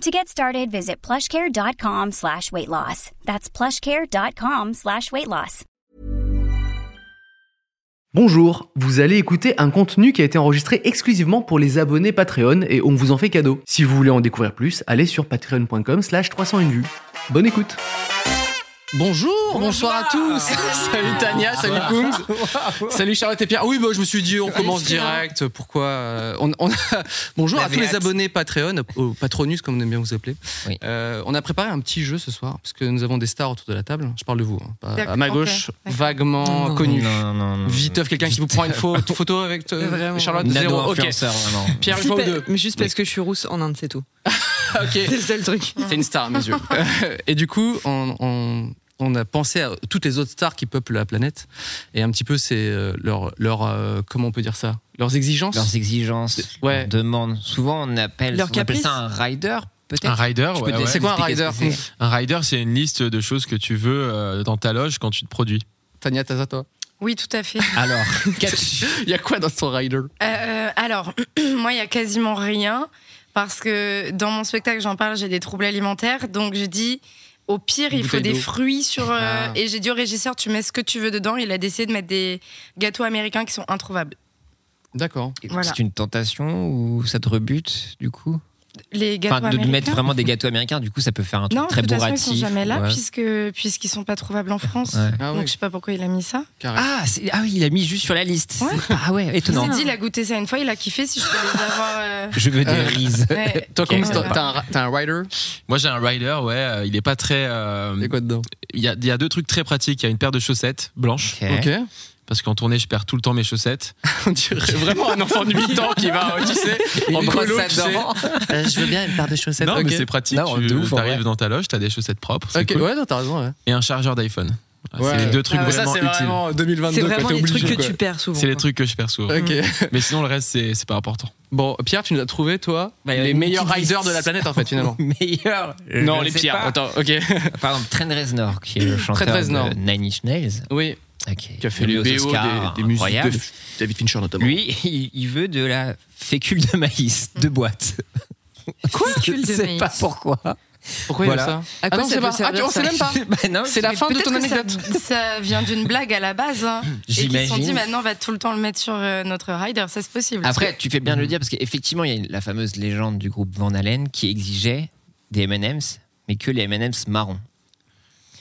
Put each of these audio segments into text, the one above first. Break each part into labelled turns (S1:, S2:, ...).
S1: To get started, visit plushcare.com slash weight loss. That's plushcare.com slash weight loss.
S2: Bonjour, vous allez écouter un contenu qui a été enregistré exclusivement pour les abonnés Patreon et on vous en fait cadeau. Si vous voulez en découvrir plus, allez sur patreon.com slash 301 vues. Bonne écoute
S3: Bonjour, bonsoir à tous. salut Tania, salut Koums. salut Charlotte et Pierre. Oui, bah, je me suis dit, on commence direct. Pourquoi euh, on, on a- Bonjour à tous les abonnés Patreon, au Patronus comme on aime bien vous appeler.
S4: Oui.
S3: Euh, on a préparé un petit jeu ce soir parce que nous avons des stars autour de la table. Je parle de vous. hein. Pas- À
S5: D'accord,
S3: ma
S5: ok,
S3: gauche,
S5: d'accord.
S3: vaguement connu.
S4: Non, non, non.
S3: Viteuf, quelqu'un qui vous prend une photo, photo avec euh,
S5: Vraiment.
S3: Charlotte
S4: Nano
S3: zéro. Ok.
S4: influenceur, vraiment.
S3: Pierre une
S5: Si,
S3: fois ou
S5: pa-
S3: Ah, deux. Ah,
S5: mais juste parce que je suis rousse en Inde, c'est tout.
S3: Ok.
S5: C'est le seul truc.
S3: C'est une star à mes yeux. Euh, et du coup, on, on- on a pensé à toutes les autres stars qui peuplent la planète et un petit peu c'est euh, leur leur euh, comment on peut dire ça leurs exigences.
S4: Leurs exigences,
S3: Ouais.
S4: leurs demandes. Souvent, on appelle,
S5: Leur
S4: on appelle
S5: caprice.
S4: ça un rider,
S6: Un
S4: peut-être.
S6: rider,
S4: Tu peux
S6: ouais,
S4: te-
S6: ouais.
S3: C'est quoi un
S4: Ah. expliquer
S3: rider
S4: ce que c'est
S6: un rider, c'est une liste de choses que tu veux euh, dans ta loge quand tu te produis.
S3: Tania Taza, toi.
S5: Oui, tout à fait.
S4: Alors,
S3: Il y a quoi dans ton rider
S7: Euh, alors, moi, il y a quasiment rien parce que dans mon spectacle, j'en parle, j'ai des troubles alimentaires, donc je dis. Au pire,
S3: Une
S7: il faut
S3: bouteille
S7: des
S3: d'eau.
S7: fruits sur. euh,
S4: Ah.
S7: Et j'ai dit au régisseur, tu mets ce que tu veux dedans. Il a décidé de mettre des gâteaux américains qui sont introuvables.
S3: D'accord.
S7: Voilà.
S4: c'est une tentation ou ça te rebute, du coup
S7: Les gâteaux
S4: Enfin, de, de
S7: américains.
S4: mettre vraiment des gâteaux américains, du coup, ça peut faire un truc
S7: non,
S4: très
S7: de toute façon, ils
S4: bourratif.
S7: sont jamais là
S4: ouais.
S7: puisque puisqu'ils sont pas trouvables en France.
S4: Ouais.
S3: Ah
S7: Donc
S3: oui,
S7: je sais pas pourquoi il a mis ça.
S3: carrément.
S4: Ah, c'est- ah oui, il a mis juste sur la liste.
S7: Ouais.
S4: Ah ouais,
S7: Il
S4: étonnant.
S7: s'est dit, il a goûté ça une fois, il a kiffé. Si je peux les avoir. euh,
S4: Je veux des
S3: Euh,
S4: rises.
S7: ouais.
S3: Toi, comment
S4: Ok. Euh,
S3: t'as- t'as un, ra- t'as un rider
S6: Moi, j'ai un rider, ouais, euh, il est pas très. euh,
S3: Il y a quoi dedans
S6: Il y, a, il y a deux trucs très pratiques. Il y a une paire de chaussettes blanches,
S4: Ok.
S3: Ok.
S6: parce qu'en tournée, je perds tout le temps mes chaussettes.
S3: On dirait vraiment un enfant de 8 ans qui va, euh, tu sais, en
S4: Une
S3: brelo,
S4: brosse
S3: tu
S4: à
S3: sais.
S4: dents.
S3: Euh, je veux bien une paire de chaussettes.
S6: Non,
S3: ok.
S6: mais c'est pratique.
S4: Non,
S6: tu
S4: de ouf, en
S6: arrives
S4: vrai.
S6: dans ta loge, t'as des chaussettes propres. c'est
S3: Ok,
S6: cool.
S3: ouais, non, t'as raison. Ouais.
S6: Et un chargeur d'iPhone.
S3: Ouais.
S6: C'est les deux trucs
S5: Ah ouais.
S6: vraiment
S3: ça, c'est
S6: utiles.
S3: vraiment 2022.
S5: C'est vraiment
S3: quoi, t'es
S5: les trucs
S3: obligé,
S5: que tu perds souvent.
S6: C'est les
S5: quoi.
S6: trucs que je perds souvent.
S3: quoi. Ok.
S6: Mais sinon, le reste, c'est c'est pas important.
S3: Bon, Pierre, tu nous as trouvé, toi,
S4: Bah, il y a
S3: les
S4: une
S3: meilleurs
S4: petite
S3: riders
S4: liste.
S3: de la planète, en fait, finalement.
S4: Meilleur. je
S3: non,
S4: ne
S3: les
S4: sais
S3: pires.
S4: pas.
S3: Attends, ok.
S4: Par exemple, Trent Reznor, qui est le chanteur
S3: Reznor.
S4: de Nine Inch Nails. euh,
S3: Oui,
S4: Ok.
S3: qui a fait
S4: Nommé
S3: le
S4: aux
S3: BO
S4: Oscars,
S3: des, des musiques
S4: incroyable.
S3: de David Fincher, notamment.
S4: Lui, il, il veut de la fécule de maïs, de boîte.
S5: Mm. Quoi
S4: Je ne sais pas pourquoi.
S3: Pourquoi il
S4: Voilà.
S3: a ça
S5: À
S3: Ah
S5: quoi
S3: non,
S5: ça
S3: c'est
S5: peut
S3: pas. Ah, tu-
S5: servir,
S3: on sait
S5: ça
S3: même pas.
S4: Bah non,
S3: C'est la fin de
S7: Peut-être
S3: ton
S7: que ça-
S3: anecdote.
S7: ça vient d'une blague à la base. hein. Et qui se sont dit
S4: J'imagine.
S7: maintenant on va tout le temps le mettre sur euh, notre rider, ça c'est possible.
S4: Après, tu fais bien de le dire parce qu'effectivement, il y a une- la fameuse légende du groupe Van Halen qui exigeait des M&M's, mais que les M&M's marrons.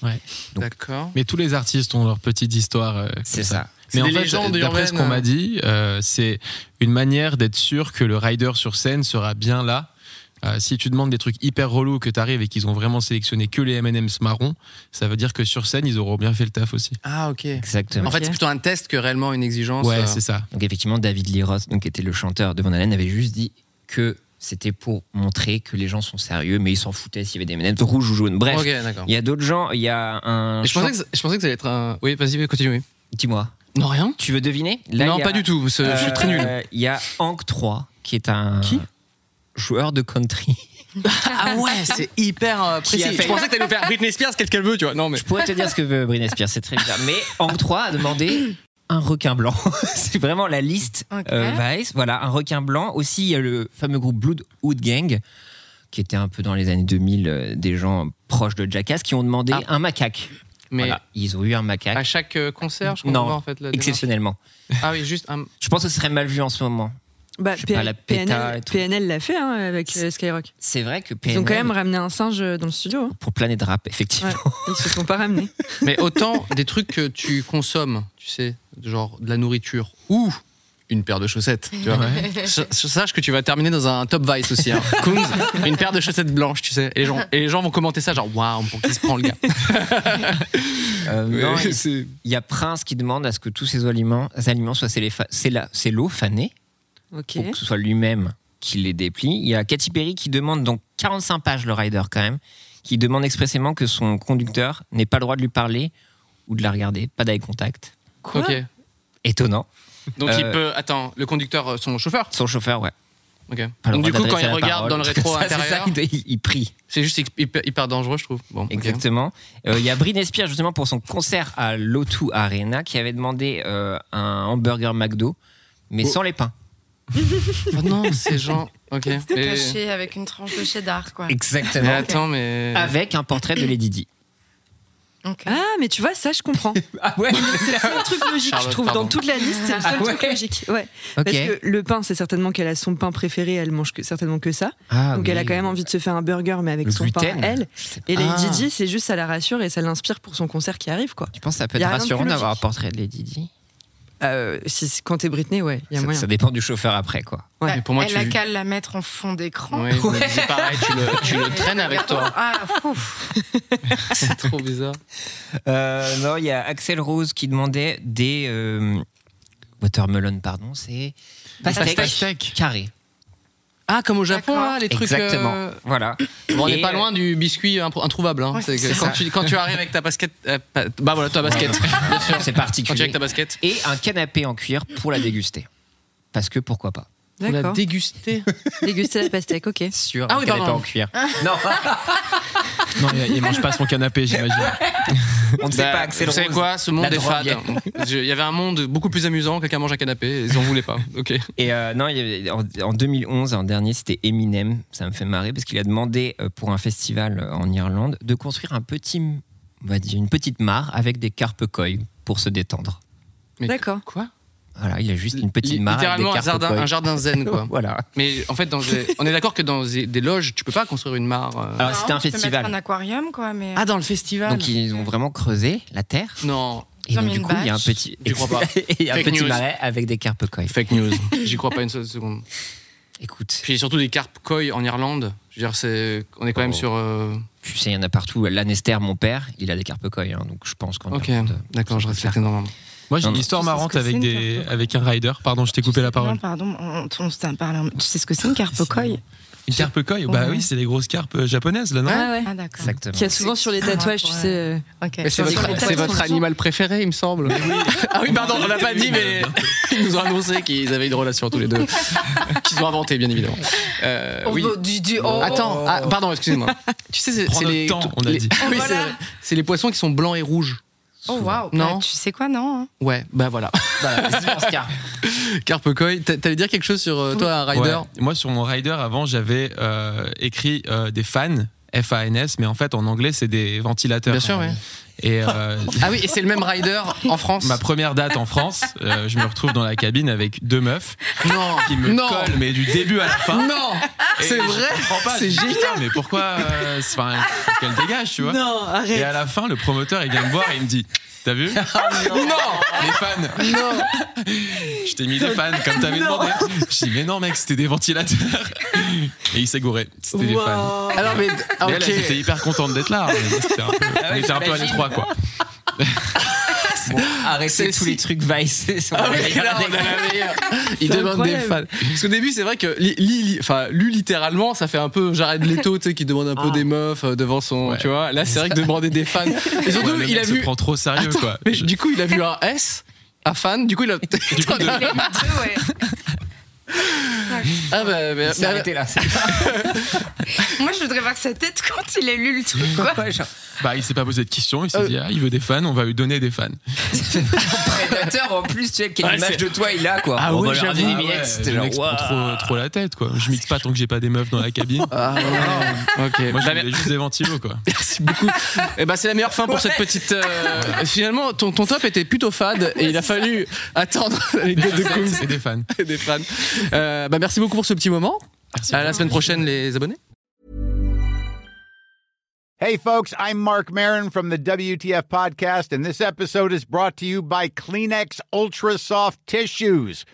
S4: Donc-
S3: D'accord.
S6: Mais tous les artistes ont leur petite histoire. euh, comme
S4: C'est
S6: ça.
S4: ça.
S3: C'est
S6: Mais en
S3: des
S6: fait,
S3: légendes
S6: d'après ce
S3: urbaines. hein.
S6: qu'on m'a dit, euh, c'est une manière d'être sûr que le rider sur scène sera bien là. Euh, si tu demandes des trucs hyper relous que tu arrives et qu'ils ont vraiment sélectionné que les M&M's marron, ça veut dire que sur scène, ils auront bien fait le taf aussi.
S3: Ah, ok.
S4: Exactement.
S3: En fait, c'est plutôt un test que réellement une exigence.
S6: Ouais,
S3: euh,
S6: c'est ça.
S4: Donc effectivement, David Lee Roth, donc, qui était le chanteur de Van Halen, avait juste dit que c'était pour montrer que les gens sont sérieux, mais ils s'en foutaient s'il y avait des M&M's rouges ou jaunes. Bref,
S3: Ok, d'accord.
S4: il y a d'autres gens. Il y a un.
S3: Et Je pensais, que, je pensais que ça allait être un. Oui, vas-y, continue. oui.
S4: chan- Dis-moi.
S3: Non, rien
S4: Tu veux deviner Là,
S3: Non,
S4: il y a-
S3: pas du tout. parce que Je suis très nul.
S4: Euh, Il y a Hank 3 qui est un
S3: Qui
S4: joueur de country.
S3: Ah ouais, c'est hyper euh,
S4: Qui a
S3: précis.
S4: fait-
S3: Je pensais que t'allais nous faire Britney Spears, qu'est-ce qu'elle veut, tu vois. Non, mais.
S4: Je pourrais te dire ce que veut Britney Spears, c'est très bizarre. Mais Hank 3 a demandé un requin blanc. c'est vraiment la liste
S7: Ok.
S4: euh, Vice. Voilà, un requin blanc. Aussi, il y a le fameux groupe Bloodhood Gang qui était un peu dans les années 2000 euh, des gens proches de Jackass qui ont demandé
S3: Ah.
S4: un macaque.
S3: Mais
S4: Voilà, ils ont eu un
S5: Ah,
S4: macaque
S3: à chaque euh, concert, je comprends
S4: Non.
S3: pas, en fait. la démarche.
S4: exceptionnellement.
S3: Ah oui, juste un.
S4: Je pense que ce serait mal vu en ce moment.
S5: Bah,
S4: Je sais pas,
S5: P-
S4: la péta et
S5: PNL
S4: tout.
S5: PNL l'a fait hein, avec euh, Skyrock.
S4: C'est vrai que
S5: Ils
S4: PNL,
S5: ont quand même ramené un singe euh, dans le studio. hein.
S4: pour Planet Rap, effectivement.
S5: Ils se sont pas ramenés.
S3: Mais autant des trucs que tu consommes, tu sais, genre de la nourriture ou une paire de chaussettes, tu vois. Sa- Sache que tu vas terminer dans un top vice aussi. Hein. Kungs, une paire de chaussettes blanches, tu sais. Et les gens, et les gens vont commenter ça, genre, waouh, pour qui se prend le gars
S4: Euh, non, il-
S3: C'est-
S4: Il y a Prince qui demande à ce que tous ces aliments, ces aliments soient céléfa- céla- cellofanés,
S5: Ok.
S4: pour que ce soit lui-même qui les déplie. Il y a Katy Perry qui demande, donc 45 pages le rider quand même, qui demande expressément que son conducteur n'ait pas le droit de lui parler ou de la regarder, pas d'eye contact.
S5: Quoi
S3: ok.
S4: Étonnant.
S3: Donc il
S4: Euh,
S3: peut. Attends, le conducteur, euh, son chauffeur
S4: Son chauffeur, ouais.
S3: Ok.
S4: Pas le
S3: Donc du
S4: droit
S3: coup, quand il
S4: d'adresser la
S3: regarde
S4: parole.
S3: dans le rétro
S4: Ça, c'est ça,
S3: intérieur,
S4: il, il- il prie.
S3: c'est juste hyper, hyper dangereux, je trouve. Bon, ok.
S4: Exactement. Euh, Il y a Britney Spears justement pour son concert à l'O2 Arena qui avait demandé euh, un hamburger McDo, mais
S3: Oh.
S4: sans les pains.
S3: Ah non, ces gens. Ok. Mais-
S7: Caché avec une tranche de cheddar, quoi.
S3: mais
S4: Exactement.
S3: attends, mais.
S4: Avec un portrait de Lady Di.
S7: Ok.
S5: Ah, mais tu vois, ça, je comprends.
S4: Ah ouais
S5: C'est un truc logique,
S3: Charlotte,
S5: je trouve.
S3: pardon.
S5: Dans toute la liste, c'est le seul
S4: Ah ouais.
S5: truc logique. Ouais.
S4: Ok.
S5: Parce que le pain, c'est certainement qu'elle a son pain préféré, elle mange que, certainement que ça.
S4: Ah
S5: Donc elle a
S4: oui.
S5: quand même envie de se faire un burger, mais avec
S4: Le
S5: son pain,
S4: gluten.
S5: elle.
S4: Je sais pas.
S5: Et les
S4: Ah.
S5: Didi, c'est juste, ça la rassure et ça l'inspire pour son concert qui arrive, quoi.
S4: Tu penses que ça peut
S5: Y a
S4: être
S5: rien de plus
S4: rassurant d'avoir un
S5: logique.
S4: portrait de Lady Di
S5: Euh, si, si- quand t'es Britney, ouais, il y a
S4: ça,
S5: moyen.
S4: ça dépend du chauffeur après, quoi.
S3: Mais pour moi,
S7: Elle
S3: tu.
S7: a qu'à la mettre en fond d'écran.
S3: Ouais, je me disais pareil, tu le, tu le traînes avec toi.
S7: Ah, ouf.
S3: C'est trop bizarre.
S4: Euh, non, il y a Axel Rose qui demandait des euh, watermelon, pardon, c'est pastèques
S6: Pastèques.
S4: carrées.
S3: Ah, comme au Japon,
S7: D'accord.
S3: là, les trucs.
S4: Exactement.
S3: euh,
S4: Voilà.
S3: Bon, on
S4: Et,
S3: n'est pas
S4: euh,
S3: loin du biscuit impr- introuvable. hein.
S7: Ouais,
S3: C'est que
S4: c'est
S3: quand,
S4: ça.
S3: tu, quand tu arrives avec ta basket. euh, pa- bah voilà, ta basket. Bien sûr. Quand tu es
S4: C'est
S3: avec
S4: particulier.
S3: ta basket.
S4: Et un canapé en cuir pour la déguster. Parce que pourquoi pas
S3: On a
S5: D'accord.
S3: dégusté.
S5: Déguster la pastèque, ok.
S4: Sur
S3: Ah
S4: un
S3: oui,
S4: canapé
S3: pardon.
S4: en cuir. Non,
S6: Non, il, il mange pas son canapé, j'imagine.
S4: on ne sait
S3: Bah,
S4: pas, Axel
S3: vous savez
S4: Rose.
S3: quoi Ce monde
S4: La
S3: est fade.
S4: drogue.
S3: Je- Il y avait un monde beaucoup plus amusant. Quelqu'un mange un canapé. et Ils en voulaient pas. Ok.
S4: Et euh, non, il y avait- en, en 2011, en dernier, c'était Eminem. Ça me fait marrer parce qu'il a demandé euh, pour un festival euh, en Irlande de construire un petit, m- on va dire une petite mare avec des carpes koi pour se détendre.
S3: Mais-
S5: D'accord.
S3: Quoi
S4: Voilà, il a juste une petite mare avec des
S3: Littéralement un
S4: carpes
S3: jardin,
S4: koi.
S3: un jardin zen, quoi.
S4: Voilà.
S3: Mais en fait, dans des- on est d'accord que dans des des loges, tu peux pas construire une mare. euh.
S4: Alors
S7: Non,
S4: c'était un
S7: tu peux mettre un
S4: festival.
S7: aquarium, quoi, mais.
S3: Ah,
S7: euh,
S3: dans le festival
S4: Donc ils ont vraiment creusé la terre.
S3: Non,
S4: Et
S7: Ils ont
S4: donc,
S7: mis
S4: du
S7: une
S4: coup, il y a un
S7: bâche.
S4: petit,
S3: Tu crois pas.
S4: Et il y a un
S3: Fake
S4: petit
S3: news.
S4: marais avec des carpes koi.
S3: fake news. J'y crois pas une seule seconde.
S4: Écoute,
S3: Puis surtout des carpes koi en Irlande. Je veux dire, c'est, on est quand même
S4: Oh.
S3: sur. euh,
S4: tu sais, il y en a partout. L'Anester, mon père, il a des carpes koi, hein, donc je pense euh, qu'on.
S3: Ok, d'accord, je respecte énormément.
S6: Moi, j'ai
S4: Non,
S6: une
S4: non.
S6: histoire
S7: Tu sais ce
S6: marrante
S7: que c'est,
S6: avec,
S7: une
S6: des,
S7: carpe
S6: avec un rider. Pardon, je t'ai coupé la parole.
S7: Non, pardon, on, on s'en parle. en- Tu sais ce que c'est une carpe coille
S6: Une carpe koi Bah
S7: Ouais.
S6: oui, c'est les grosses carpes euh, japonaises, là, non
S5: Ah ouais.
S7: Ah, d'accord.
S4: Exactement.
S5: Qui a souvent sur les tatouages, tu
S7: Ouais.
S5: sais. euh,
S7: Ok.
S3: Mais c'est
S7: Sur
S3: votre,
S7: les
S3: c'est
S7: tatouages,
S3: votre
S7: ils sont-
S3: animal préféré, il me semble. ah oui, pardon, on l'a pas dit, mais ils nous ont annoncé qu'ils avaient une relation tous les deux. Qu'ils ont inventé, bien évidemment. Euh,
S7: Oh,
S3: oui.
S7: bah, du- du- oh.
S3: Attends, ah, pardon, excusez-moi. Tu sais, c'est,
S6: Prends
S3: c'est
S6: notre
S3: les.
S6: temps, on a
S3: les- Oh,
S6: dit.
S3: Oui, c'est,
S7: Oh, Voilà.
S3: c'est les poissons qui sont blancs et rouges.
S7: Oh, waouh.
S3: Non.
S7: Bah, tu sais quoi, non hein.
S3: Ouais, bah voilà.
S4: Bah, c'est pour ce cas.
S3: Carpe koi, t'a- t'allais dire quelque chose sur euh, toi, un rider
S6: Ouais. Moi, sur mon rider, avant, j'avais euh, écrit euh, des fans. F-A-N-S, mais en fait en anglais c'est des ventilateurs.
S3: Bien sûr, ouais.
S6: Et euh,
S3: Ah oui, et c'est le même rider en France
S6: ma première date en France, euh, je me retrouve dans la cabine avec deux meufs
S3: Non,
S6: qui me
S3: non,
S6: collent, mais du début à la fin.
S3: non,
S6: Et
S3: c'est
S6: je
S3: vrai,
S6: comprends pas,
S3: c'est
S6: je dis,
S3: génial.
S6: Putain, mais pourquoi euh, c'est- enfin, faut qu'elle dégage, tu vois
S5: Non,
S6: Et
S5: arrête.
S6: à la fin, le promoteur il vient me voir et il me dit T'as vu
S3: non,
S6: Les fans
S3: non.
S6: Je t'ai mis des fans comme t'avais
S5: Non.
S6: demandé. Je dis Mais non, mec, c'était des ventilateurs. Et il s'est gouré. C'était des fans.
S5: Wow.
S3: Alors mais ah,
S6: Mais elle, elle était
S3: ok. Ah
S6: hyper contente d'être là. mais c'était un peu- on était un peu à
S4: j'imagine.
S6: l'étroit, quoi.
S4: Bon, arrêtez
S3: Celle-ci.
S4: tous les trucs Vice.
S3: Ah oui, là, on a la meilleure. Il demande des fans.
S5: incroyable.
S3: Parce qu'au début, c'est vrai que li- li- li- enfin, lu littéralement, ça fait un peu Jared Leto, tu sais, qui demande un peu des meufs euh, devant son,
S6: Ouais.
S3: tu vois. Là, c'est vrai que demander des fans. Et surtout,
S6: Ouais, le
S3: il a
S6: mec se
S3: vu.
S6: prend trop sérieux,
S3: Attends,
S6: quoi.
S3: mais du coup, il a vu un S, un fan. Du coup, il a. ah bah, mais- mais-
S4: Arrêtez là.
S7: Moi, je voudrais voir sa tête quand il a lu le truc, quoi.
S4: Ouais, genre,
S6: Bah, il s'est pas posé de questions. Il s'est
S3: Euh.
S6: dit Ah, il veut des fans, on va lui donner des fans.
S4: prédateur en plus, tu sais, quelle
S3: Ouais,
S4: image
S3: c'est-
S4: de toi il a quoi.
S3: Ah
S4: On
S3: ouais,
S4: va leur
S3: j'avoue.
S4: donner
S6: Ah
S4: des
S6: ouais,
S4: miettes, c'était
S6: le
S4: genre,
S6: mec se prend
S4: waouh.
S6: trop, trop la tête, quoi. Je mixe pas tant que j'ai pas des meufs dans la cabine.
S3: Ah, ouais. ok.
S6: Moi, je
S3: Bah, mais-
S6: voulais juste des ventilos, quoi.
S3: Merci beaucoup. Eh ben, c'est la meilleure fin pour cette petite. euh, Finalement, ton, ton top était plutôt fade et il a fallu attendre les deux de Kungs
S6: C'est des fans.
S3: et des fans. Euh, bah, merci beaucoup pour ce petit moment.
S6: Merci.
S3: À la semaine prochaine, les abonnés.
S8: Hey, folks, I'm Mark Marin from the WTF Podcast, and this episode is brought to you by Kleenex Ultra Soft Tissues.